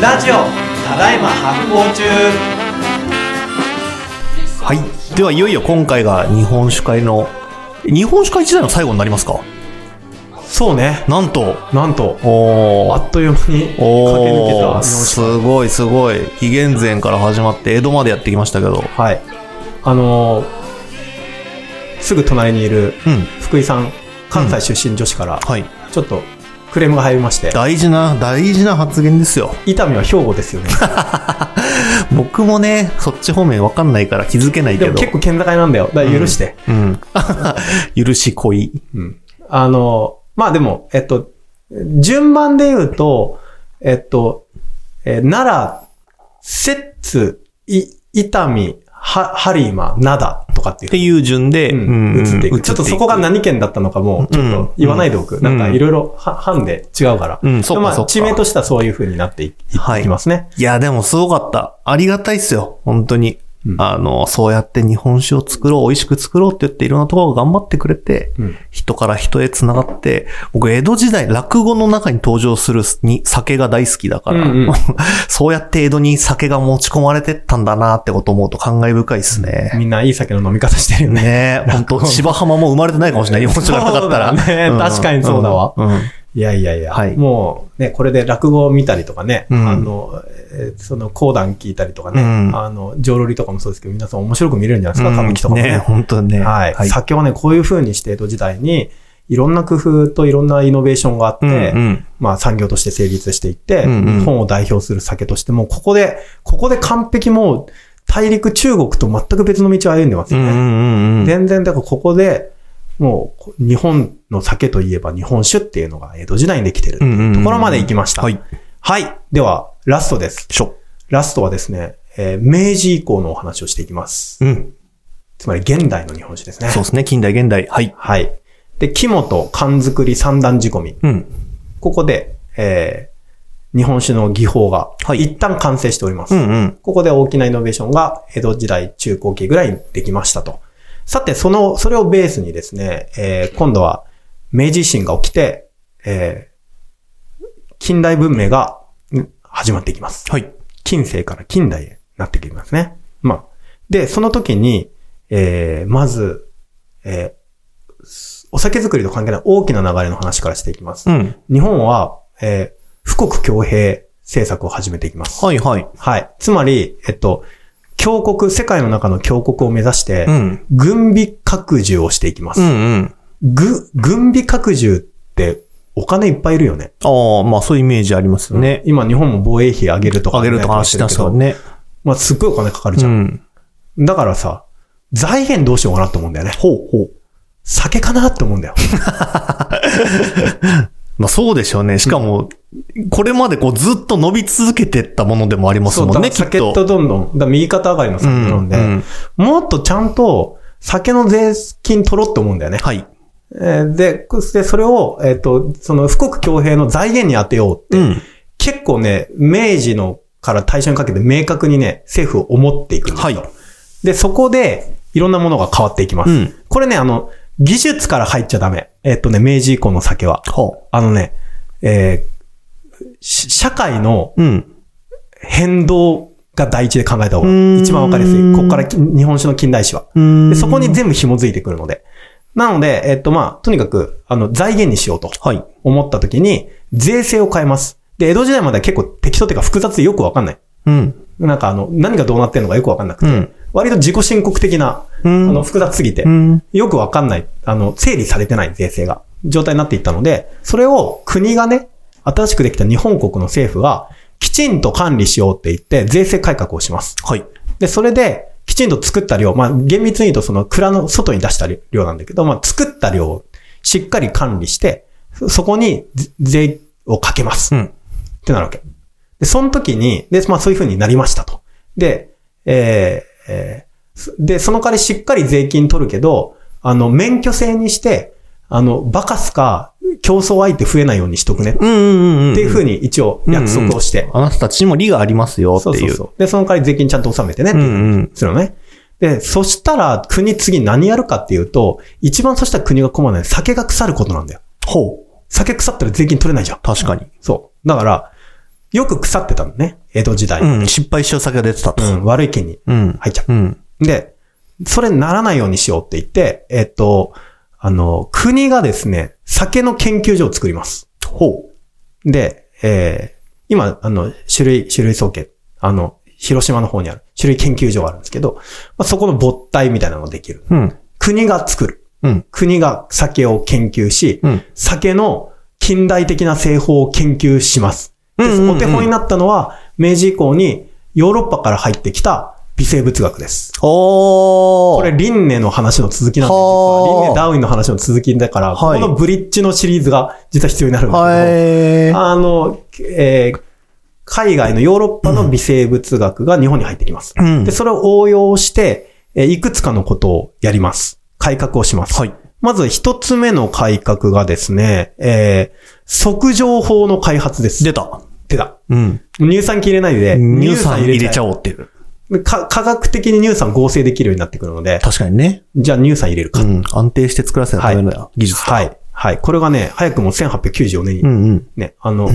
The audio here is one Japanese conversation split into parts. ラジオただいま発行中はい。では、いよいよ今回が日本酒会の、日本酒会時代の最後になりますかそうねなんと、なんとおあー。っという間に駆け抜けたお日ー本酒すごいすごい紀元前から始まって江戸までやってきましたけどはいあのーすぐ隣にいるうん福井さん関西出身女子からはいちょっとクレームが入りまして大事な大事な発言ですよ伊丹は兵庫ですよね僕もねそっち方面わかんないから気づけないけでども結構県境なんだよだから許して、うん 許し恋うんあの、まあでも、えっと、順番で言うと、えっと、えー奈良、摂津、い、伊丹、は、ハリマ、灘とかっていう。っていう順で、うん、うん移っていうんく。ちょっとそこが何県だったのかも、ちょっと言わないでおく。うんなんかいろいろ、は、班で違うから。うんそっかまそっかあ、地名としてはそういう風になっていいはいいきますね。いや、でもすごかった。ありがたいっすよ。本当に。うんあの、そうやって日本酒を作ろう、美味しく作ろうって言っていろんなところが頑張ってくれて、うん人から人へ繋がって、僕、江戸時代、落語の中に登場するに酒が大好きだから、うんうんそうやって江戸に酒が持ち込まれてったんだなってことを思うと感慨深いっすね。みんないい酒の飲み方してるよね。ねえ、本 当芝浜も生まれてないかもしれない。日本酒がなかったら。そうだね確かにそうだわうんうんいやいやいや、はいもうね、これで落語を見たりとかね、うんあの、えーその講談聞いたりとかね、うんあの、浄瑠璃とかもそうですけど、皆さん面白く見れるんじゃないですか、歌う舞ん伎とかもね。ねえ本当にね。はい、酒はね、こういう風にして江戸時代に、いろんな工夫といろんなイノベーションがあって、うんうんまあ産業として成立していって、うんうん日本を代表する酒として、もうここで、ここで完璧もう大陸中国と全く別の道を歩んでますうよんね。うんうんうん。全然、だからここで、もうこ、日本の酒といえば日本酒っていうのが江戸時代にできてるっていうところまで行きました。うんうんうんはい。はい。では、ラストです。しょ。ラストはですね、えー明治以降のお話をしていきます。うん。つまり現代の日本酒ですね。そうですね。近代、現代。はい。はい。で、肝と缶作り三段仕込み。うん。ここで、えー日本酒の技法が、はい一旦完成しております。うんうん。ここで大きなイノベーションが江戸時代中高期ぐらいにできましたと。さて、その、それをベースにですね、えー今度は明治維新が起きて、えー近代文明がん始まっていきます。はい。近世から近代へなっていきますね。まあ。で、その時に、えーまず、えーすお酒作りと関係ない大きな流れの話からしていきます。うん。日本は、えー富国強兵政策を始めていきます。はいはい。はい。つまり、えっと、強国、世界の中の強国を目指して、うん。軍備拡充をしていきます。うんうん。ぐ、軍備拡充ってお金いっぱいいるよね。ああ、まあそういうイメージありますよね。今日本も防衛費上げるとか、あげるとか話してまますすかけらど、ね。まあ、すっごいお金かかるじうゃん。ん。だからさ、財源どうしようかなと思うんだよね。ほうほう。酒かなって思うんだよ。まあそうでしょうね。しかも、これまでこうずっと伸び続けてったものでもありますそうもだんね、ね、きっ酒と。とどんどん、だから右肩上がりのう酒なんんで、うん。もっとちゃんと酒の税金取ろうって思うんだよね。はい。えーで、こで、それを、えっ、と、その、富国強兵の財源に当てようって、うん。結構ね、明治のから大正にかけて明確にね、政府を思っていくんですよ。はいで、そこで、いろんなものが変わっていきます。うんこれね、あの、技術から入っちゃダメ。えっ、とね、明治以降の酒は。ほあのね、えーし社会のう。うん。変動が第一で考えたう方ーがん一番わかりやすい。ここからき日本酒の近代史は。うんで、そこに全部紐づいてくるので。なので、えっと、まあ、とにかく、あの、財源にしようとはい。思った時に、税制を変えます。で、江戸時代までは結構適当っていうか複雑でよくわかんない。うん。なんかあの、何がどうなってんのかよくわかんなくて、うん割と自己申告的な、うあんの、複雑すぎて、うんよくわかんない、あの、整理されてない税制が、状態になっていったので、それを国がね、新しくできた日本国の政府が、きちんと管理しようって言って、税制改革をします。はい。で、それで、きちんと作った量、まあ、厳密に言うとその蔵の外に出した量なんだけど、まあ、作った量をしっかり管理して、そそこにぜ税をかけます。うっん。てなるわけ。で、その時に、で、まあ、そういう風になりましたと。で、えーえーすで、その代わりしっかり税金取るけど、あの、免許制にして、あの、バカすか競争相手増えないようにしとくね。っうんうんうん。ていう風に一応約束をして、あなたたちにも利がありますよってそうそいうう。そう。で、その代わり税金ちゃんと納めてねっていううんうんするのね。で、そしたら国次何やるかっていうと、一番そしたら国が困るのは酒が腐ることなんだよ。ほう。酒腐ったら税金取れないじゃん。確かに。そう。だから、よく腐ってたのね。江戸時代。うん、失敗しちゃう酒が出てたと。うん悪い気にうん。入っちゃう。うん。で、それにならないようにしようって言って、えっと、あの、国がですね、酒の研究所を作ります。ほう。で、えー今、あの、種類、種類総計、あの、広島の方にある種類研究所があるんですけど、まあ、そこの母体みたいなのができる。うん。国が作る。うん。国が酒を研究し、うん酒の近代的な製法を研究します。でうんうんうんお手本になったのは、明治以降にヨーロッパから入ってきた微生物学です。おー。これ、、リンネの話の続きなんで、実ははあリンネ、ダーウィンの話の続きだから、はいこのブリッジのシリーズが実は必要になるんですけど、はい。あの、えー海外のヨーロッパの微生物学が日本に入ってきます。うんで、それを応用して、えーいくつかのことをやります。改革をします。はいまず一つ目の改革がですね、えー即情法の開発です。出た。出た。うん。乳酸菌入れないで、乳酸入れちゃおおうっていう。う。か科学的に乳酸合成できるようになってくるので、確かにね。じゃあ乳酸入れるか。うん。安定して作らせないための技術だ。はい。はい。これがね、早くも1894年にうんうん。ね、あの、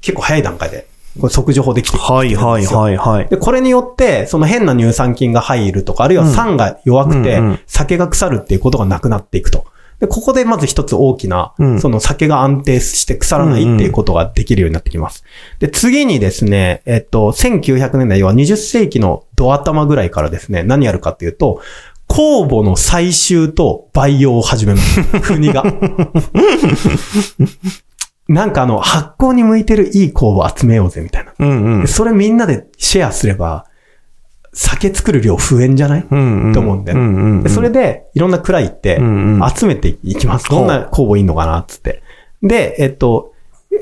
結構早い段階で、これ即情報できてきてはいるんはでいすよはいはい。で、これによって、その変な乳酸菌が入るとか、あるいは酸が弱くてうんうん、酒が腐るっていうことがなくなっていくと。で、ここでまず一つ大きなう、んその酒が安定して腐らないっていうことができるようになってきます。で、次にですね、えっと、1900年代、要は20世紀のド頭ぐらいからですね、何やるかっていうと、酵母の採集と培養を始めます。 国が。なんかあの、発酵に向いてるいい酵母集めようぜ、みたいな。うんうんで。それみんなでシェアすれば、酒作る量増えんじゃない、うんうん。と思うんだよねうんうんうん。でそれで、いろんな蔵行ってうんうん、集めていきます。ほうどんな酵母いいのかなっつって。で、えっと、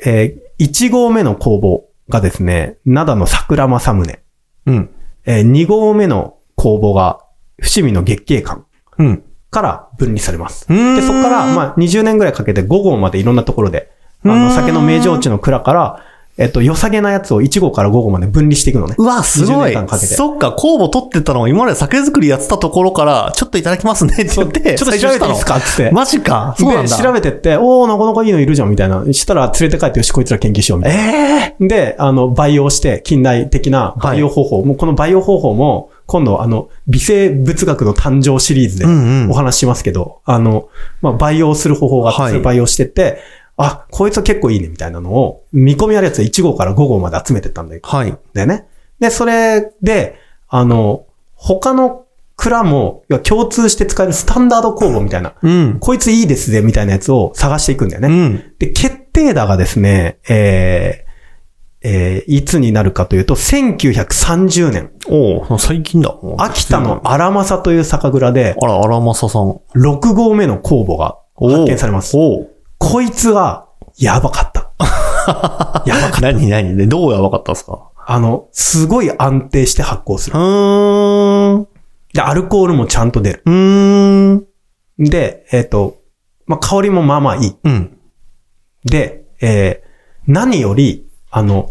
えー、1号目の酵母がですね、灘の桜正宗。うん。えー、2号目の酵母が、伏見の月桂館うん。から分離されます。でで、そこから、あ、まあ、20年ぐらいかけて5号までいろんなところで、あうーの、ん酒の名城地の蔵から、えっと、良さげなやつを1号から5号まで分離していくのね。うわ、すご20い年間かけてそっか、酵母取ってたのを今まで酒造りやってたところから、ちょっといただきますねってそ言うって、 ちょっと採取調べしていたいでのすかっつって。マジか。そうなんで、調だ。べてって、おおなかなかいいのいるじゃんみたいな。したら連れて帰って、よし、こいつら研究しようみたいな。ええで、あの、培養して、近代的な培養方法。もうこの培養方法も、今度、あの、微生物学の誕生シリーズでうんうんお話ししますけど、あの、まあ、培養する方法があって、はいそれ培養してって、あ、こいつは結構いいね、みたいなのを、見込みあるやつは1号から5号まで集めてったんだよ。はい。だよね。で、それで、あの、他の蔵も、要は共通して使えるスタンダード工房みたいな、うん。こいついいですぜ、みたいなやつを探していくんだようね。ん。で、決定打がですね、えー、えー、いつになるかというと、1930年、おう最近だ。秋田の荒政という酒蔵で、あら、荒政さん。 6号目の酵母がお発う見されます。おうこいつは、やばかった。やばかった。何何で、どうやばかったんですかあの、すごい安定して発酵すうる。ーん。うで、アルコールもちゃんと出る。ーん。で、えっ、と、まあ、香りもまあまあいい。うん。で、えー何より、あの、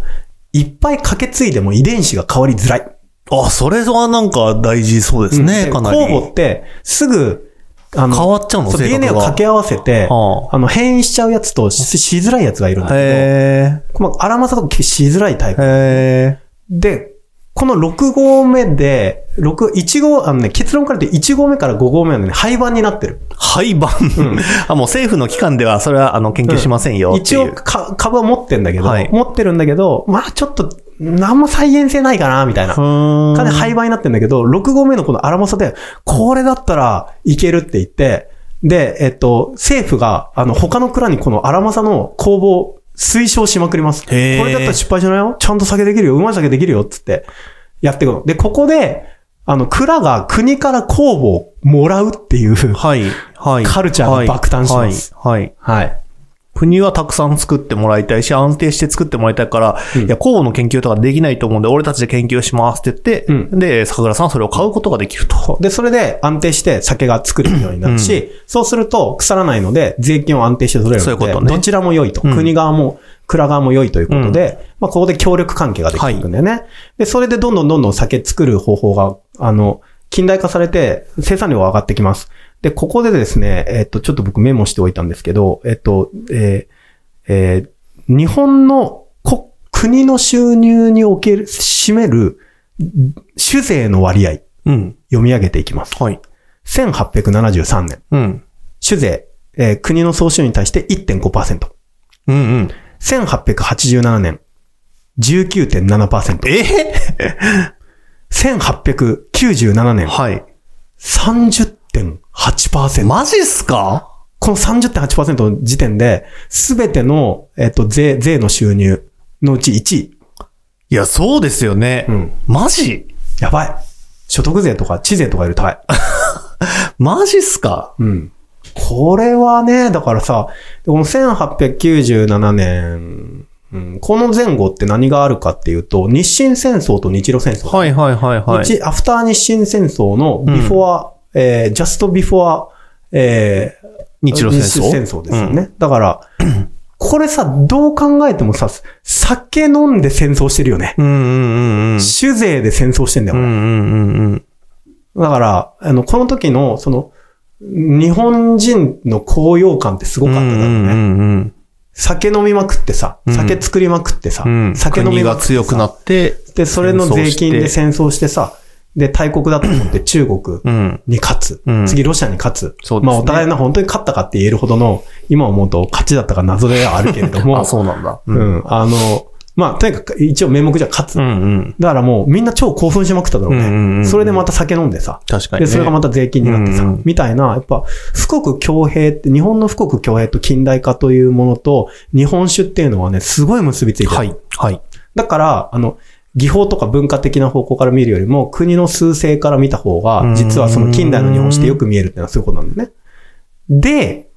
いっぱいかけ継いでも遺伝子が変わりづらい。あ、それはなんか大事そうですね、かなり。酵母って、すぐ、あ変わっちゃうのそう性格が DNA を掛け合わせて、はあの、変異しちゃうやつとししづらいやつがいるんだけへど、まあ、荒政とかしづらいタイえ。プ。へえ。で、この6号目で、六1号、あのね、結論から言って1号目から5号目はね、廃盤になってる。廃盤。 あ、もう政府の機関では、それは、あの、研究しませんよ。って一いう応か株は持ってんだけど、はい持ってるんだけど、まあちょっと、なんも再現性ないかな、みたいな。うーん金廃盤になってんだけど、6号目のこの荒政で、これだったらいけるって言って、で、えっと、政府が、あの、他の蔵にこの荒政の工房推奨しまくります。こへーれだったら失敗じゃないよちゃんと酒できるようまい酒できるよっつって、やっていくの。で、ここで、あの、蔵が国から工房をもらうっていう、はい、はい。カルチャーが爆誕しますはい。はい。はいはい。国はたくさん作ってもらいたいし、安定して作ってもらいたいから、いや、公募の研究とかできないと思うんで、俺たちで研究しますって言って、うで、桜さんはそれを買うことができると。で、それで安定して酒が作れるようになるし、そうすると腐らないので、税金を安定して取れるので、そういうことねどちらも良いと。うん国側も、蔵側も良いということで、まあ、ここで協力関係ができていくんだよね。で、それでどんどんどんどん酒作る方法が、あの、近代化されて、生産量が上がってきます。で、ここでですね、えっと、ちょっと僕メモしておいたんですけど、えっと、えーえー日本の国国の収入における、占める、酒税の割合、うん。読み上げていきます。はい。 1873年、うん。酒税、えー国の総収入に対して1.5%。うんうん。 1887年、19.7%。え1897年、はい。 30.8%。マジっすかこの30.8%の時点で、すべての、えっ、と、税、税の収入のうち1位。いや、そうですよね。うんマジやばい。所得税とか地税とかより高い。マジっすかうん。これはね、だからさ、この1897年、うん、この前後って何があるかっていうと、日清戦争と日露戦争。はいはいはいはい。日アフター日清戦争のんビフォア、えー、ジャストビフォア、えー、日露戦争。日露ですよね。だから、これさ、どう考えてもさ、酒飲んで戦争してるよね。うん。うんうんうんうん。酒税で戦争してんだよ、うこれんうんうんうん。だから、あの、この時の、その、日本人の高揚感ってすごかっただろうね。うんうんうん酒飲みまくってさ、ん酒作りまくってさ、うん。うん。酒飲み国まがくって強くなさ、って。で、それの税金で戦争してさ、で、大国だと思 って中国うん。に勝つ、うん次ロシアに勝つ、そうですねまあお互いの本当に勝ったかって言えるほどの、今思うと勝ちだったか謎ではあるけれども、 あ、そうなんだ。う。ん、あの、まあとにかく一応名目じゃ勝つ。うんうん。だからもうみんな超興奮しまくっただろうね。うんうんうんそれでまた酒飲んでさ、確かに、ね。で、それがまた税金になってさ、うんうんみたいな、やっぱ、富国強兵って、日本の富国強兵と近代化というものと、日本酒っていうのはね、すごい結びついてる。はい。はい。だから、あの、技法とか文化的な方向から見るよりも、国の数勢から見た方が、実はその近代の日本史ってよく見えるっていうのはそういうことなんだよね。で、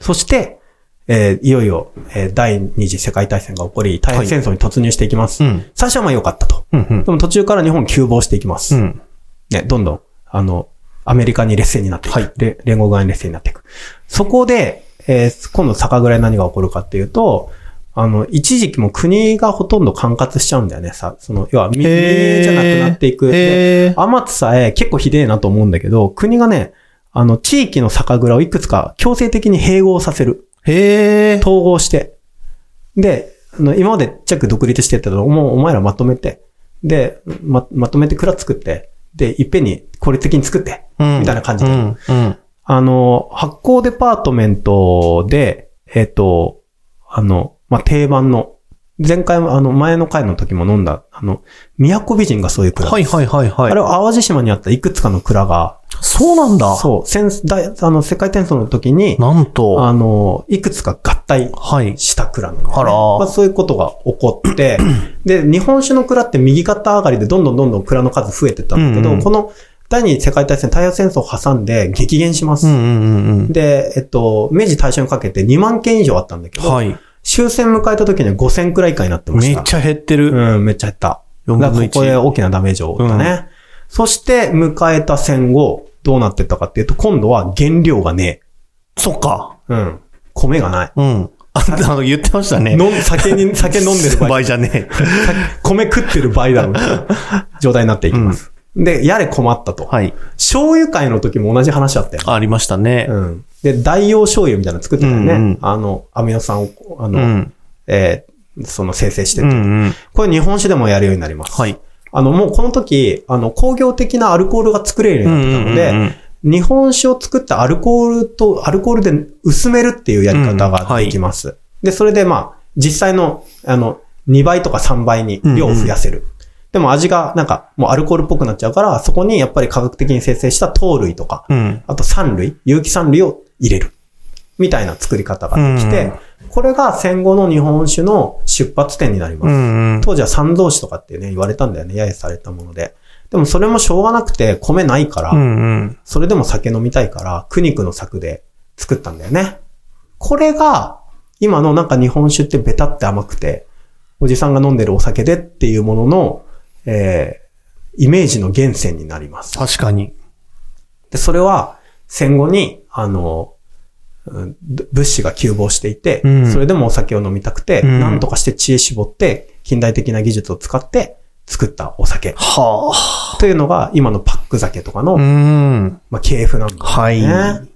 そして、えーいよいよ、えー第二次世界大戦が起こり、太平洋戦争に突入していきます。うん。最初はまあ良かったと。うんうんでも途中から日本急防していきます。うん。ね、どんどん、あの、アメリカに劣勢になっていく。はいれ連合側に劣勢になっていく。そこで、えー今度酒蔵に何が起こるかっていうと、あの、一時期もう国がほとんど管轄しちゃうんだよね、さ、その、要は民営じゃなくなっていく。でへー天津さえ結構ひでえなと思うんだけど、国がね、あの、地域の酒蔵をいくつか強制的に併合させる。へー統合して、で、あの今までチェック独立してたのを、もうお前らまとめて、で、ま、まとめて蔵作って、で、いっぺんに効率的に作って、うんみたいな感じうで。ん。うん。あの、発行デパートメントで、えっ、と、あの、まあ、定番の、前回も、あの、前の回の時も飲んだ、あの、宮古美人がそういう蔵。はいはいはいはい。あれは淡路島にあったいくつかの蔵が、そうなんだ。そう、戦大あの、世界転送の時に、なんと。あの、いくつか合体はい。した蔵なんだよねあらまあ、そういうことが起こ って、で、日本酒の蔵って右肩上がりでどんどんどんどん蔵の数増えてったんだけど、うんうんこの第二次世界大戦、太平洋戦争を挟んで激減しまうす。んうんうんで、えっと、明治大正にかけて2万件以上あったんだけうん。ど、はい。終戦迎えた時には5000くらい以下になってましめた。っちゃ減ってる。うん、めっちゃ減った。 4分だかのらここで1。大きなダメージを負ったね。そして、迎えた戦後、どうなってったかっていうと、今度は原料がねそっか。え。うん。米がない。うん。あんた言ってました ね。飲ん酒に、酒飲 んでる場合場合じゃね 米食ってる場合だろうみたいな状態になっていきます。で、やれ困ったと。え。はい。醤油会の時も同じ話あったよ。ありましたね。うん。で、代用醤油みたいなの作ってたよね。うんうんあの、アミノ酸を、あうの、ん。えーその生成してうて、んうん。これ日本酒でもやるようになります。はい。あの、もうこの時、あの、工業的なアルコールが作れるようになってたので、うんうんうん日本酒を作ったアルコールと、アルコールで薄めるっていうやり方うんがはいできます。で、それでまあ、実際の、あの、2倍とか3倍に量を増やせる。でも味がなんか、もうアルコールっぽくなっちゃうから、そこにやっぱり科学的に生成した糖類とか、うん。あと酸類、有機酸類を入れる。みたいな作り方ができて、これが戦後の日本酒の出発点になりますう。んうん。当時は三蔵酒とかってね、言われたんだよね。揶揄されたもので。でもそれもしょうがなくて、米ないから、うんうん。それでも酒飲みたいから、苦肉の策で作ったんだよね。これが、今のなんか日本酒ってベタって甘くて、おじさんが飲んでるお酒でっていうものの、えー、イメージの源泉になります。確かに。で、それは戦後に、あの、うんぶ物資が急防していて、うんそれでもお酒を飲みたくて、うんなんとかして知恵絞って、近代的な技術を使って作ったお酒はというのが今のパック酒とかの、あ。うん。まあ、系譜なんだよね。はいで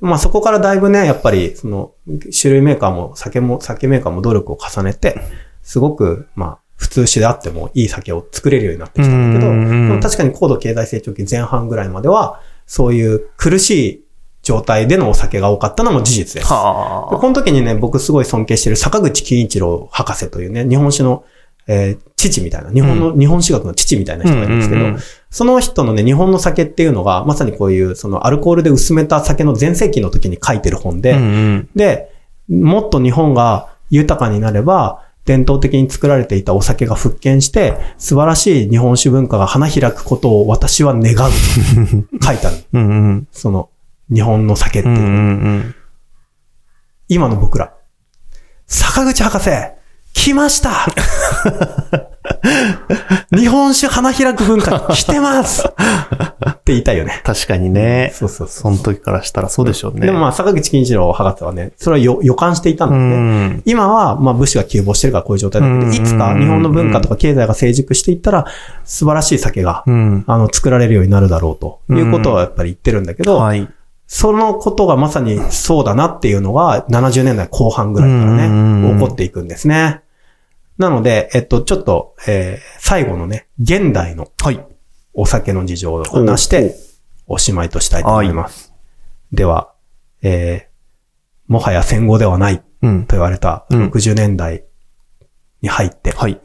まあそこからだいぶね、やっぱり、その、種類メーカーも酒も、酒メーカーも努力を重ねて、すごく、まあ、普通酒であってもいい酒を作れるようになってきたんだけど、うんうんうんでも確かに高度経済成長期前半ぐらいまでは、そういう苦しい状態でのお酒が多かったのも事実です。はでこの時にね、僕すごい尊敬してる坂口金一郎博士というね、日本史の、えー父みたいな、日本の、日本史学の父みたいな人がいるんですけど、うんうんうんその人のね、日本の酒っていうのが、まさにこういう、そのアルコールで薄めた酒の全盛期の時に書いてる本で、うんうん。で、もっと日本が豊かになれば、伝統的に作られていたお酒が復権して、素晴らしい日本酒文化が花開くことを私は願う。 書いてある。うんうん。その、日本の酒ってういんう。うん今の僕ら。坂口博士、来ました 日本酒花開く文化、来てますって言いたいよね。確かにね。そうそうそう。その時からしたらそうでしょうね。でもまあ、坂口金一郎博士はね、それはよ予感していたんうだよね。ん。今は、まあ、武士が急防してるからこういう状態だうんけど、いつか日本の文化とか経済が成熟していったら、素晴らしい酒が、うん。あの、作られるようになるだろうと、いうことはやっぱり言ってるんだけど、はい。そのことがまさにそうだなっていうのが、70年代後半ぐらいからうんうんうんね、起こっていくんですね。なので、えっと、ちょっと、えー最後のね、現代のはい。お酒の事情を話して、おしまいとしたいと思います。では、えーもはや戦後ではないうん。と言われたうん60年代に入って、はい。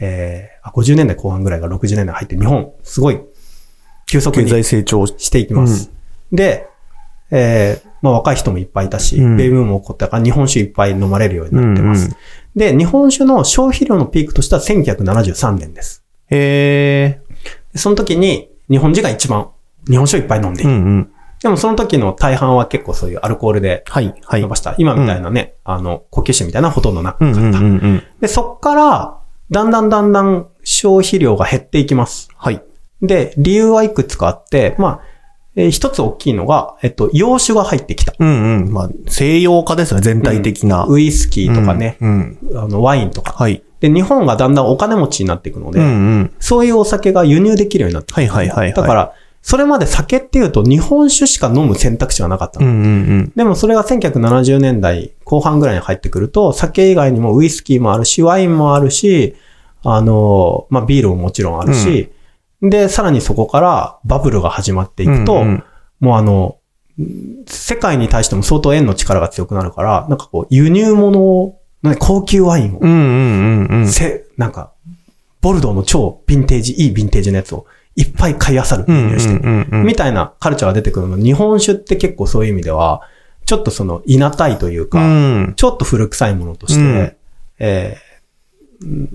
えーあ50年代後半ぐらいが60年代に入って、日本、すごい、急速経に済成長。していきます。で、えーまあ若い人もいっぱいいたし、うんベイブームも起こったから日本酒いっぱい飲まれるようになってます。うんうで、日本酒の消費量のピークとしては1973年です。へでその時に日本人が一番日本酒をいっぱい飲んでいー。うる。んうん。でもその時の大半は結構そういうアルコールではい。はい。伸ばした。今みたいなね、あの、呼吸酒みたいなのはほとんどなかうっんた。うんうんうん。で、そっから、だんだんだんだん消費量が減っていきます。はい。で、理由はいくつかあって、まあ、えー一つ大きいのが、えっと、洋酒が入ってきた。うんうん。まあ、西洋化ですよね、全体的な。ウイスキーとかね、うんうん。あのワインとか。はい。で、日本がだんだんお金持ちになっていくので、うんうん。そういうお酒が輸入できるようになってくるはいはいはいはいだから、それまで酒っていうと日本酒しか飲む選択肢がなかったうんの。うんうん。でもそれが1970年代後半ぐらいに入ってくると、酒以外にもウイスキーもあるし、ワインもあるし、あの、まあ、ビールももちろんあるし、で、さらにそこからバブルが始まっていくと、うんうんもうあの、世界に対しても相当円の力が強くなるから、なんかこう、輸入物を、ね高級ワインを、うんうんうんうん。せ、なんか、ボルドーの超ヴィンテージ、いいヴィンテージのやつをいっぱい買い漁る、輸入して、うんうんうんみたいなカルチャーが出てくるの。日本酒って結構そういう意味では、ちょっとその、いなたいといううか、ん。ちょっと古臭いものとして、うんえーうん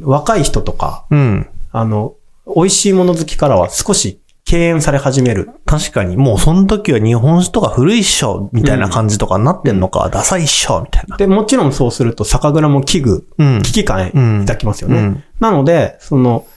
若い人とか、うん。あの、美味しいもの好きからは少し敬遠され始める。確かに、もうその時は日本酒とか古いっしょ、みたいな感じとかになってんのか、ダサいっしょ、みたいな。で、もちろんそうすると酒蔵も危惧、うん危機感うん抱きますよね。うんなので、その、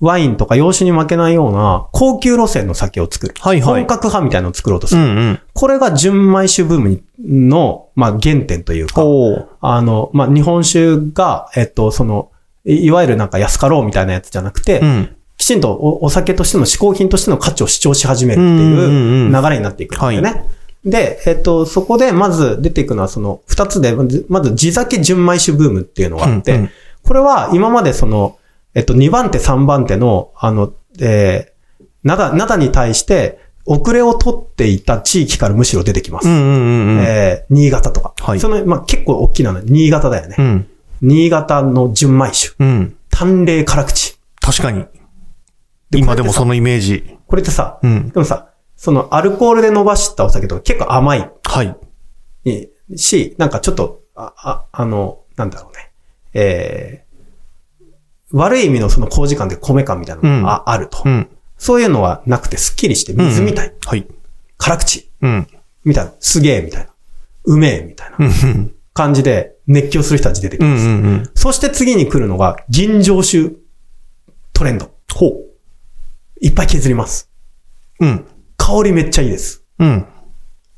ワインとか洋酒に負けないような高級路線の酒を作る。はいはい本格派みたいなのを作ろうとすうる。んうん。これが純米酒ブームの、まあ、原点というか、おーあの、まあ、日本酒が、えっと、その、いいわゆるなんか安かろうみたいなやつじゃなくて、うん。きちんとおお酒としての嗜好品としての価値を主張し始めるってうんうんういんう流れになっていくんですよね。で、えっと、そこでまず出ていくのはその二つで、まずまず地酒純米酒ブームっていうのがあって、うんうんこれは今までその、えっと、2番手3番手の、あの、えー、なだ、なだに対して遅れを取っていた地域からむしろ出てきます。うんうんうんうん。えー新潟とか。はいその、まあ、結構大きなの、新潟だよね。うん。新潟の純米酒。うん。淡麗辛口。確かに。で今でもこれってさそのイメージ。これってさ、うん。でもさ、そのアルコールで伸ばしたお酒とか結構甘いはい。し、なんかちょっと、あ、ああの、なんだろうね。えー、悪い意味のその麹感で米感みたいなのがあ,、ると、うん。そういうのはなくてスッキリして水みたい。うんうんはい。辛口うん。みたいな。すげえみたいな。うめえみたいなうんうん。感じで熱狂する人たち出てくうるんんです。うんうん。そして次に来るのが、銀上酒トレンド。ほう。いっぱい削ります。うん。香りめっちゃいいです。うん。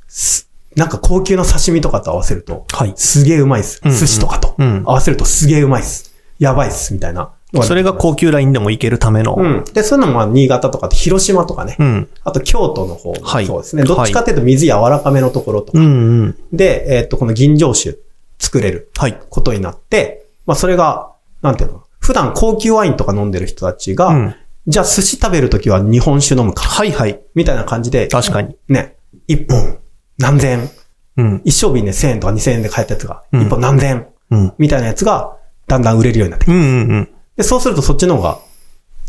すなんか高級な刺身とかと合わせると、はいすげえうまいっす。うんうん寿司とかとうん合わせるとすげえうまいっす。やばいっす、みたいな。のそれが高級ラインでも行けるための。う。ん。で、そういうのもまあ新潟とかって広島とかね。うん。あと京都の方もはいそうですね。どっちかっていうと水柔らかめのところとか。うんうん。で、えっと、この銀醸酒作れるはい。ことになって、まあそれが、なんていうの普段高級ワインとか飲んでる人たちが、うんじゃあ寿司食べるときは日本酒飲むか。はいはい。みたいな感じで、確かに。ね、一本何千円、うん。一升瓶で1000円とか2000円で買えたやつが、うん一本何千円、うん。みたいなやつが、だんだん売れるようになってくうるんうんうん。で、そうするとそっちの方が、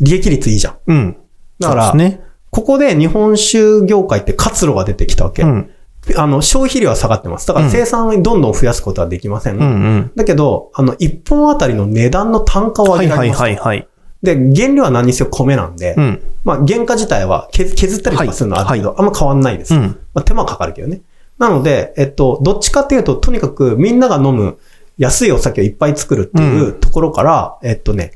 利益率いいじゃん。うん。だからそうですね。ここで日本酒業界って活路が出てきたわけ。うん。あの、消費量は下がってます。だから生産をどんどん増やすことはできません。うんうん。だけど、あの、一本あたりの値段の単価を上はげいらはれいます。はいはい。で、原料は何にせよ米なんで、うん。まあ、原価自体は削削ったりとかするのはあるけど、はあんま変わんないです。うん。まあ、手間かかるけどね。なので、えっと、どっちかっていうと、とにかくみんなが飲む安いお酒をいっぱい作るっていうところから、えっとね、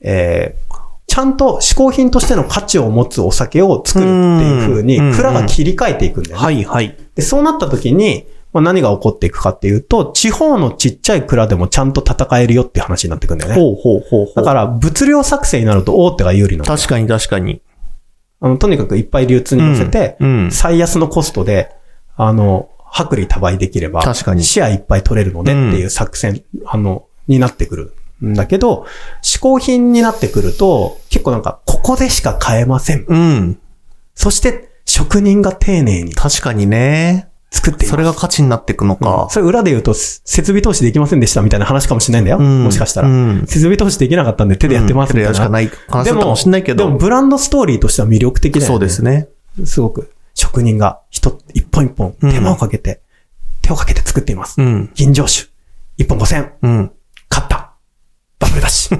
えーちゃんと嗜好品としての価値を持つお酒を作るっていう風にうん、蔵が切り替えていくんだよね。はいはい。で、そうなった時に、まあ、何が起こっていくかっていうと、地方のちっちゃい蔵でもちゃんと戦えるよっていう話になってくんだよね。ほうほうほうほだう。から、物量作戦になると大手が有利なんだよ確かに確かに。あの、とにかくいっぱい流通に乗せて、うんうん最安のコストで、あの、薄利多売できれば、確かにシェアいっぱい取れるのでっていう作戦、あの、になってくるんだけど、嗜好品になってくると、結構なんか、ここでしか買えません。うん。そして、職人が丁寧に確かにね。作っていそる。れが価値になっていくのか。それ裏で言うと、せ設備投資できませんでしたみたいな話かもしれないんだよ。うんもしかしたら、うん設備投資できなかったんで手でやってますみたいな。うん手でやるしかない話だったかもしれないけどでも、でもブランドストーリーとしては魅力的だよね。そうですね。すごく職人が一、一本一本手間をかけて、手をかけて作っています。うん。銀城酒。一本五千。うん。買った。ダブルだし。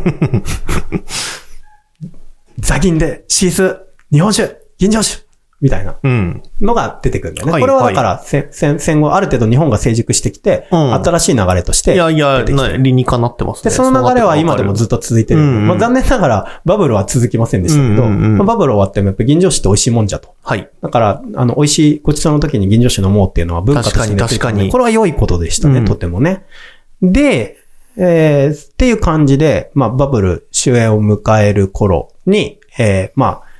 ザ銀で、シース、日本酒、銀城酒。みたいなうん。のが出てくるんだよね。はいこれはだから、戦戦戦後ある程度日本が成熟してきて、うん新しい流れとしていやいや、出てきてな理にかなってますね。で、その流れは今でもずっと。と続いてる。うんうんまあ、残念ながら、バブルは続きませんでしたけど、うんうんうんまあ、バブル終わってもやっぱ銀城酒って美味しいもんじゃと。はい。だから、あの、美味しいごちそうの時に銀醸酒飲もうっていうのは文化として確かに根付いてる確かにこれは良いことでしたね、うんとてもね。で、えーっていう感じで、まあ、バブル終焉を迎える頃に、えーまあ、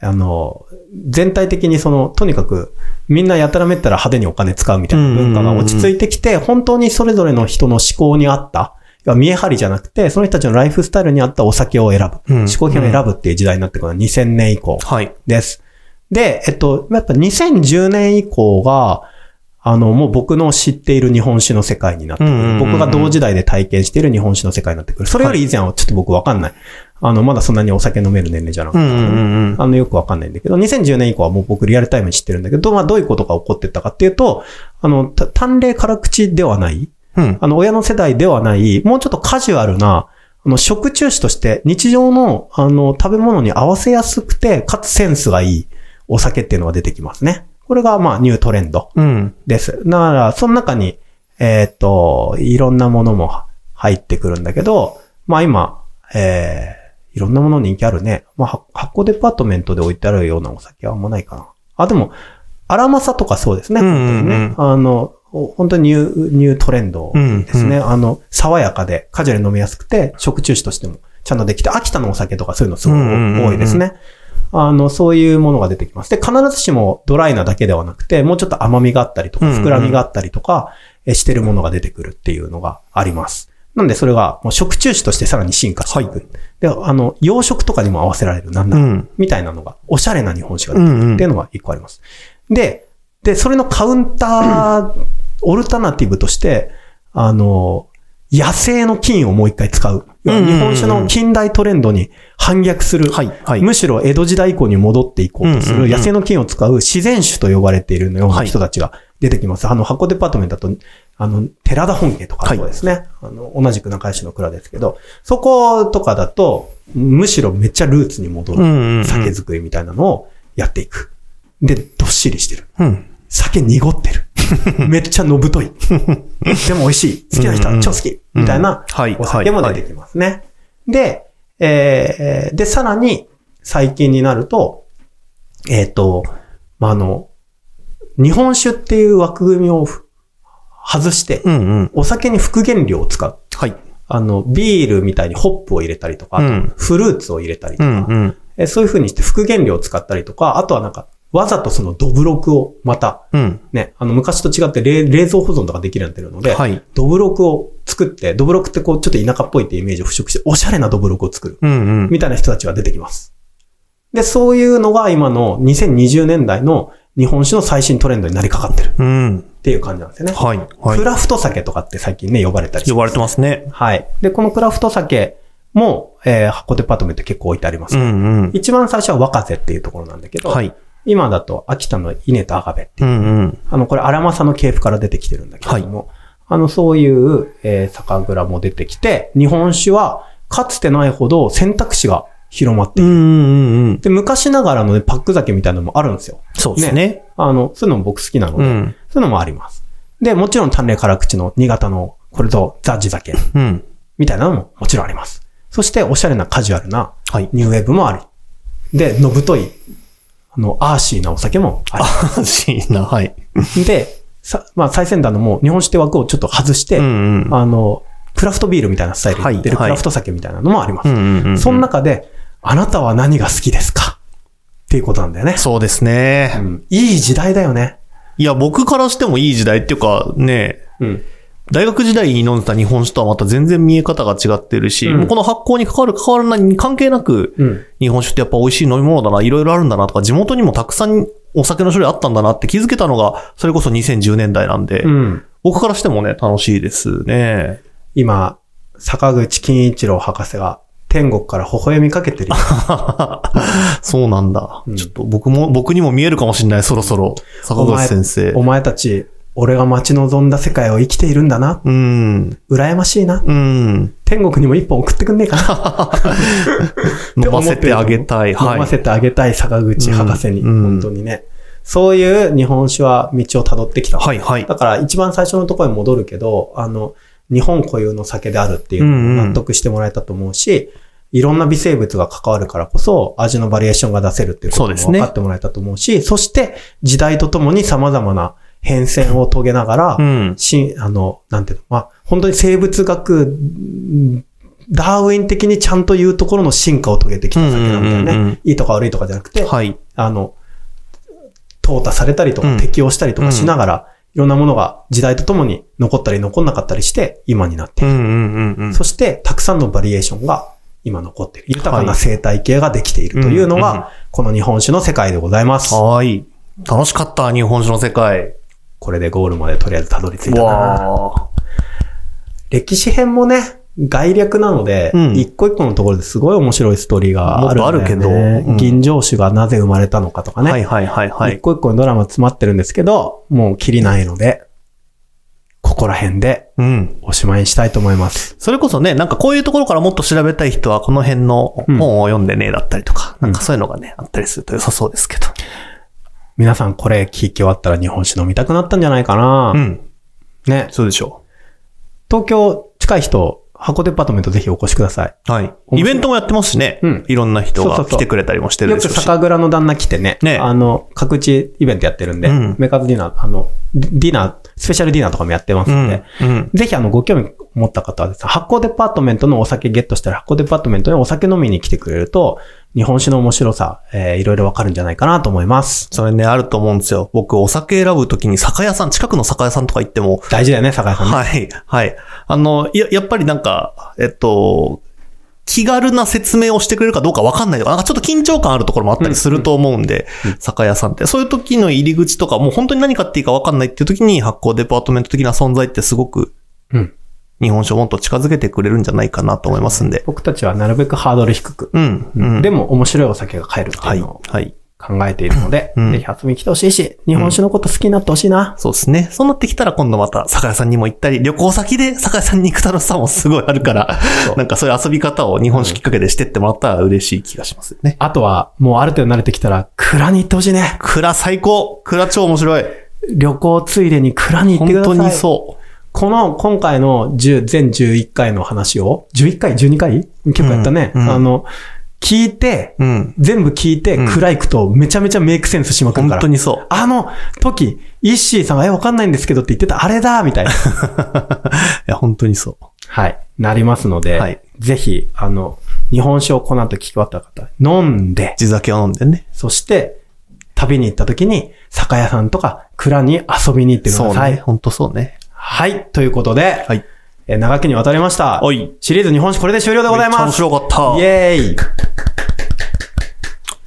あの、全体的にその、とにかく、みんなやたらめったら派手にお金使うみたいな文化が落ち着いてきて、本当にそれぞれの人の思考に合った、要は見え張りじゃなくて、その人たちのライフスタイルに合ったお酒を選ぶ、うん嗜好品を選ぶっていう時代になってくるのは2000年以降。はい。です。で、えっと、やっぱ2010年以降が、あの、もう僕の知っている日本史の世界になってくる。うんうんうんうん僕が同時代で体験している日本史の世界になってくる。それより以前はちょっと僕わかんない。あの、まだそんなにお酒飲める年齢じゃなうかっんた。うんうんうん。あの、よくわかんないんだけど、2010年以降はもう僕リアルタイムに知ってるんだけど、まあどういうことが起こってったかっていうと、あの、た単麗辛口ではない、うん。あの、親の世代ではない、もうちょっとカジュアルな、あの、食中酒として日常の、あの、食べ物に合わせやすくて、かつセンスがいいお酒っていうのが出てきますね。これが、まあ、ニュートレンドうん。です。だから、その中に、えーっと、いろんなものも入ってくるんだけど、まあ今、えー、いろんなもの人気あるね。まあ、は発酵デパートメントで置いてあるようなお酒はあんまないかな。あ、でも、荒政とかそうですね。うん本当にね。うんうんあの、お本当にニュー、ニュートレンドですね。うあの、爽やかで、カジュアルに飲みやすくて、食中酒としてもちゃんとできて、秋田のお酒とかそういうのすごい多いですね。あの、そういうものが出てきます。で、必ずしもドライなだけではなくて、もうちょっと甘みがあったりとか、うんうん膨らみがあったりとか、えしてるものが出てくるっていうのがあります。なんで、それが、もう食中酒としてさらに進化していく。で、あの、洋食とかにも合わせられる、なんなうら、ん。みたいなのが、おしゃれな日本酒うが出てくるん。っていうのが一個あります。で、で、それのカウンター、オルタナティブとして、あの、野生の菌をもう一回使う。要は日本酒の近代トレンドに反逆する。はい。はい。むしろ江戸時代以降に戻っていこうとすうんうるんうん野生の菌を使う自然種と呼ばれているようなはい人たちが出てきます。あの、箱デパートメントだと、あの、寺田本家とかはいそうですね。あの、同じく中井市の蔵ですけど、そことかだと、むしろめっちゃルーツに戻うんるうんうん。酒造りみたいなのをやっていく。で、どっしりしてる。うん。酒濁って る。めっちゃのぶとい。でも美味しい。好きな人は超好き。みたいなうんはいお酒も出てきますね。で、えーで、さらに最近になると、えっ、と、まあ、あの、日本酒っていう枠組みをふ外して、うんうん。お酒に復元料を使う。はい。あの、ビールみたいにホップを入れたりとか、あとうんフルーツを入れたりとうか、ん、うん。えそういう風にして復元料を使ったりとか、あとはなんか、わざとそのドブロクをまた、うん。ね、あの、昔と違って冷冷蔵保存とかできるようになってるので、はい。ドブロクを作って、ドブロクってこう、ちょっと田舎っぽいっていうイメージを払拭して、おしゃれなドブロクを作る。うん、うん。みたいな人たちが出てきます。で、そういうのが今の2020年代の日本酒の最新トレンドになりかかってるっうん。ていう感じなんですよね。はい。はいク。ラフト酒とかって最近ね、呼ばれたりし呼まばれすてますね。はい。で、このクラフト酒も、えー、箱デパートメント結構置いてあります。うん、うん。一番最初は若瀬っていうところなんだけど、はい。今だと秋田のイネとアガベっていう、うん、うん。あの、これ荒政の系譜から出てきてるんだけれども、あの、そういう、えー酒蔵も出てきて、日本酒はかつてないほど選択肢が広まってういる。ん、うん、うん。で、昔ながらのね、パック酒みたいなのもあるんですよ。そうですね。あの、そういうのも僕好きなので、うん。そういうのもあります。で、もちろん丹麗辛口の新潟の、これとザジ酒うん。みたいなのももちろんあります。そして、おしゃれなカジュアルなはい。ニューウェーブもあり。で、のぶとい、あの、アーシーなお酒もあり。楽しいな、はい。で、さ、まあ、最先端のもう日本酒って枠をちょっと外して、うんうんあの、クラフトビールみたいなスタイルで売ってるはいクはいラフト酒みたいなのもありうます。んうんうんうん。その中で、あなたは何が好きですかっていうことなんだよね。そうですね。うんいい時代だよね。いや、僕からしてもいい時代っていうか、ね、うん。大学時代に飲んでた日本酒とはまた全然見え方が違ってるし、うんもうこの発酵に関わる関わらないに関係なく、うん。日本酒ってやっぱ美味しい飲み物だな、いろいろあるんだなとか、地元にもたくさんお酒の種類あったんだなって気づけたのが、それこそ2010年代なんで、うん。僕からしてもね、楽しいですね。 今、坂口金一郎博士が天国から微笑みかけてるよ。そうなんだ、うんちょっと僕も、僕にも見えるかもしれない、そろそろ。坂口先お生。前たち、俺が待ち望んだ世界を生きているんだな。うん。羨ましいな。うん。天国にも一本送ってくんね えかな。飲ませてあげたい。飲ませてあげたい坂口博士に、うんうん本当にね。そういう日本酒は道を辿ってきた。はいはいだ。から一番最初のところに戻るけど、あの、日本固有の酒であるっていううんのうをん納得してもらえたと思うし、いろんな微生物が関わるからこそ味のバリエーションが出せるっていうことそうもですね分かってもらえたと思うし、そして時代とともに様々な変遷を遂げながら、うん。し、あの、なんていうの、まあ、本当に生物学、うんダーウィン的にちゃんと言うところの進化を遂げてきた酒なんだよね。うんうんうんうんいいとか悪いとかじゃなくて、はい。あの、淘汰されたりとうかん適応したりとかしながら、いろんなものが時代とともに残ったり残んなかったりして、今になってういる。んうんうんうん。そして、たくさんのバリエーションが今残っている。豊かな生態系ができているというのうんうんが、この日本酒の世界でございます。はーい。楽しかった、日本酒の世界。これでゴールまでとりあえずたどり着いたな。わ歴史編もね、概略なので、うん一個一個のところですごい面白いストーリーがあるんだよ、ね。もっとあるけどうん銀城酒がなぜ生まれたのかとかーね。はいはいはいは一い。個一個のドラマ詰まってるんですけど、もう切りないので、ここら辺でうん。おしまいにしたいと思います。それこそね、なんかこういうところからもっと調べたい人は、この辺のうん本を読んでね、だったりとか、うなんんかそういうのがね、あったりすると良さそうですけど。皆さんこれ聞き終わったら日本酒飲みたくなったんじゃないかな、うん。ね。そうでしょ東京近い人、箱デパートメントぜひお越しください。う。はい。イベントもやってますしね。うんいろんな人そうがそうそう来てくれたりもしてるよでしくょうし。酒蔵の旦那来てね、ねあの、各地イベントやってるんで、うんメカズディナー、あの、ディディナー、スペシャルディナーとかもやってますうんん。で、うん。ぜひあの、ご興味持った方はですね、発酵デパートメントのお酒ゲットしたら、発酵デパートメントにお酒飲みに来てくれると、日本酒の面白さ、えーいろいろわかるんじゃないかなと思います。それね、あると思うんですよ。僕、お酒選ぶときに酒屋さん、近くの酒屋さんとか行っても、大事だよね、酒井さんね。はい、はい。あの、や、やっぱりなんか、えっと、気軽な説明をしてくれるかどうかわかんないとか、なんかちょっと緊張感あるところもあったりすると思うんで、酒屋さんって。そういう時の入り口とか、もう本当に何買っていいかわかんないっていう時に発行デパートメント的な存在ってすごくうん。日本酒をもっと近づけてくれるんじゃないかなと思いますんで。僕たちはなるべくハードル低く、うん、うん。でも、も面白いお酒が買えるってはいうい、のをはい。考えているので、うんぜひ遊びに来てほしいし、日本酒のこと好きになってほしいな。そうですね。そうなってきたら今度また酒屋さんにも行ったり、旅行先で酒屋さんに行く楽しさもすごいあるからそう、なんかそういう遊び方を日本酒きっかけでしてってもらったら嬉しい気がしますよね。あとは、もうある程度慣れてきたら、蔵に行ってほしいね。蔵最高蔵超面白い旅行ついでに蔵に行ってく本当ださい。にそう。この、今回の10全11回の話を、11回 ?12 回結構やったね。うんうんあの、聞いて、うん。全部聞いて、ん暗いくとめちゃめちゃメイクセンスしまくるか本ら。当にそう。あの時、イ ッシーさんが、え、わかんないんですけどって言ってた、あれだみたいな。いや、本当にそう。はい。なりますので、はいぜひ、あの、日本酒をこの後聞き終わった方、飲んで、地酒を飲んでね。そして、旅に行った時に、酒屋さんとか蔵に遊びに行ってくそだうさい。ね。ほんとそうね。はい。ということで、はい。えー長きにわたりました。おい。シリーズ日本史これで終了でございます。めっちゃ面白かった。イエーイ。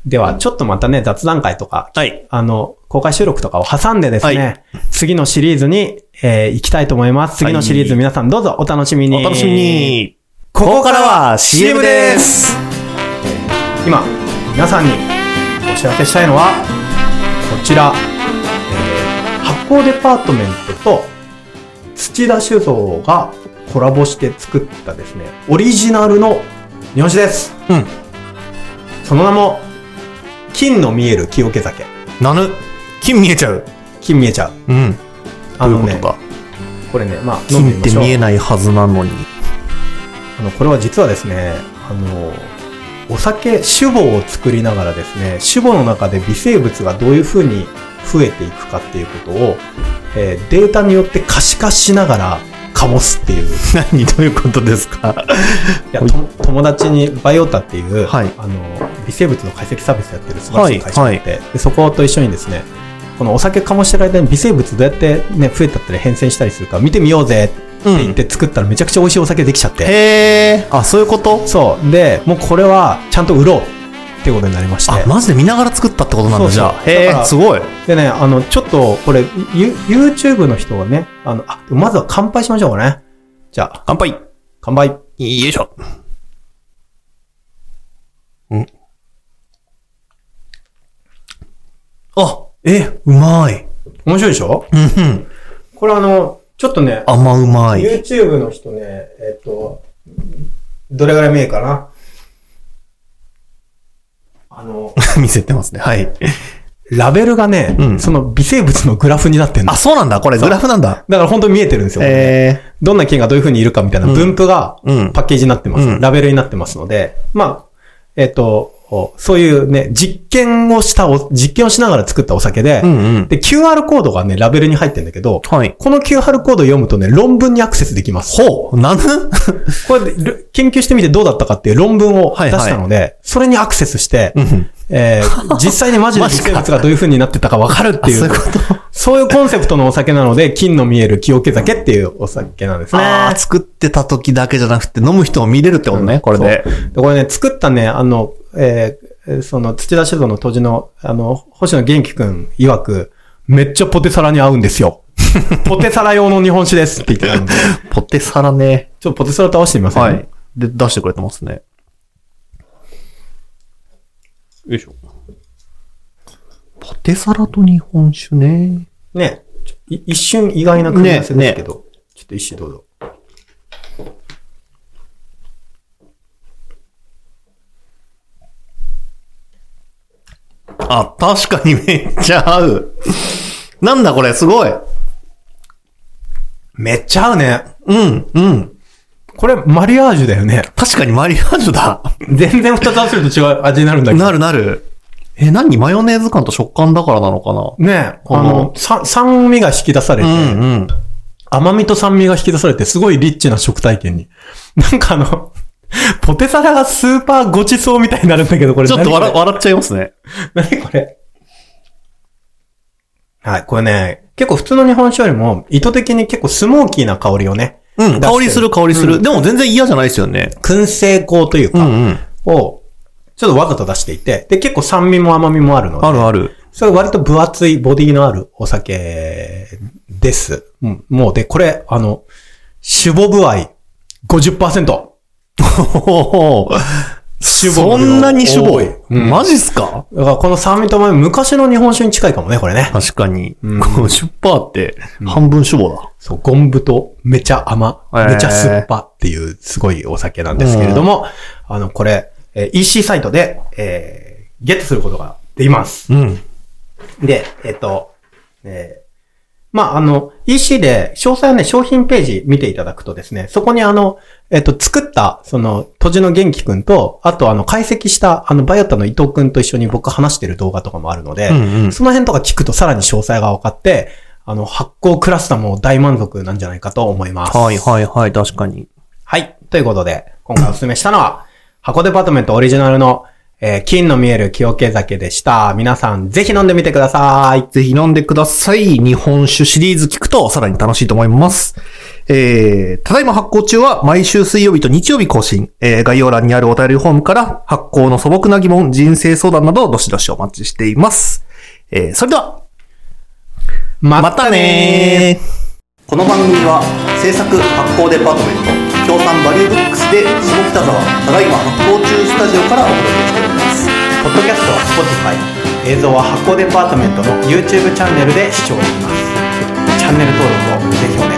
では、ちょっとまたね、雑談会とか、はい。あの、公開収録とかを挟んでですね、は次のシリーズに、えー行きたいと思います。次のシリーズ、はい皆さんどうぞお楽しみに。お楽しみ。に。。ここからは CM です今、皆さんにお知らせしたいのは、こちら、えー発酵デパートメントと土田酒造がコラボして作ったですね、オリジナルの日本酒です。うん。その名も、金の見える清家酒。なぬ。金見えちゃう。金見えちゃう。うん。どあういうのことね、か。これね、まあ、飲金んでみっまてしょう見。えないはずなのに。あの、これは実はですね、あの、お酒、酒母を作りながらですね、酒母の中で微生物がどういうふうに増えていくかっていうことを、えーデータによって可視化しながら醸すっていう。い 何どういうことですかや、はいと友達にバイオタっていう、はいあの、微生物の解析サービスやってる素晴らしい会社があって、でそこと一緒にですね、このお酒醸してる間に微生物どうやってね、増えたったり変遷したりするか見てみようぜってう言っん。て作ったらめちゃくちゃ美味しいお酒できちゃって。 へー。あ、そういうことそう。で、もうこれはちゃんと売ろうってことになりましあて、。マジで見ながら作ったってことなんそうそうだ、じゃあ。だへからー、すごい。でね、あの、ちょっとこれ、ユ YouTube の人がね、あの、あ、まずは乾杯しましょうかね。じゃあ、乾杯。よ乾杯。いしょ。んあ、え、うまい。面白いでしょうんうん。これあの、ちょっとね、甘うまい。 YouTube の人ね、えっと、どれぐらい見えるかな。あの、 見せてますね。はい。ラベルがね、うんその微生物のグラフになってんのあ、。そうなんだ。これグラフなんだ。だから本当に見えてるんですよ。えどんな菌がどういう風にいるかみたいな分布がー。うん。パッケージになってます。うんラベルになってますので、まあ、えっ、と、おそういうね、実験をしたお、実験をしながら作ったお酒で、うんうん。で、QR コードがね、ラベルに入ってんだけど、はい。この QR コードを読むとね、論文にアクセスできます。ほう、 なぬこれで、ル研究してみてどうだったかっていう論文をは出いはいしたので、それにアクセスして、うん。え ー実際にマジでマジ生か物がどういう風になってたかわかるっていあそういううこ、そういうコンセプトのお酒なので、金の見える清気酒っていうお酒なんですね。ああ、作ってた時だけじゃなくて、飲む人も見れるってことね、これで。で、これね、作ったね、あの、えーえーその、土田酒造の当時の、あの、星野元気くん曰く、めっちゃポテサラに合うんですよ。 ポテサラ用の日本酒ですって言ってたん で、ちポテサラね。ょっとポテサラと合わせてみますね。はい。で、出してくれてますね。よいしょ。ポテサラと日本酒ね。ねちょい一瞬意外な組み合わせですけど、ちょっと一瞬どうぞ。あ、確かにめっちゃ合う。なんだこれ、すごい。めっちゃ合うね。うん、うん。これ、マリアージュだよね。確かにマリアージュだ。全然二つ合わせると違う味になるんだけど。なるなる。え、何マヨネーズ感と食感だからなのかなねこあのの、さ酸味が引き出されて、うんうん。甘みと酸味が引き出されて、すごいリッチな食体験に。 なんかあの、 ポテサラがスーパーごちそうみたいになるんだけど、これちょっと笑何こ笑っちゃいますね。れ 何これはい、これね、結構普通の日本酒よりも、意図的に結構スモーキーな香りをね、うん、出して香りする香りする。でも全然嫌じゃないですよね。燻製香といううか、んうん。を、ちょっとわざと出していて、で、結構酸味も甘みもあるので、あるある。それ割と分厚いボディのあるお酒です。うん、もう、で、これ、あの、酒母具合50%。 そんなにしょぼい。うんマジっすかだからこの酸味と甘み、昔の日本酒に近いかもね、これね。確かに。うん50%って半分しょぼだ。そう、ゴンブとめちゃ甘、へーめちゃ酸っぱっていうすごいお酒なんですけれども、あの、これ、えー EC サイトで、えーゲットすることができます。うん。で、えっ、と、えーまあ、あの、EC で、詳細はね、商品ページ見ていただくとですね、そこにあの、えっ、と、作った、その、とじの元気くんと、あとあの、解析した、あの、バイオタの伊藤くんと一緒に僕話してる動画とかもあるので、うんうんその辺とか聞くとさらに詳細が分かって、あの、発酵クラスターも大満足なんじゃないかと思います。はいはいはい、確かに。はい。ということで、今回お勧めしたのは、箱デパートメントオリジナルの、えー金の見える清家酒でした。皆さん、ぜひ飲んでみてください。ぜひ飲んでください。日本酒シリーズ聞くとさらに楽しいと思います。えー、ただいま発行中は毎週水曜日と日曜日更新。えー、概要欄にあるお便りフォームから発行の素朴な疑問、人生相談などどしどしお待ちしています。えー、それでは、ままたねーこの番組は制作発行デパートメント協賛バリューブックスで下北沢ただいま発行中スタジオからお届けしておりますポッドキャストは Spotify、映像は発行デパートメントの YouTube チャンネルで視聴できます。チャンネル登録をぜひお願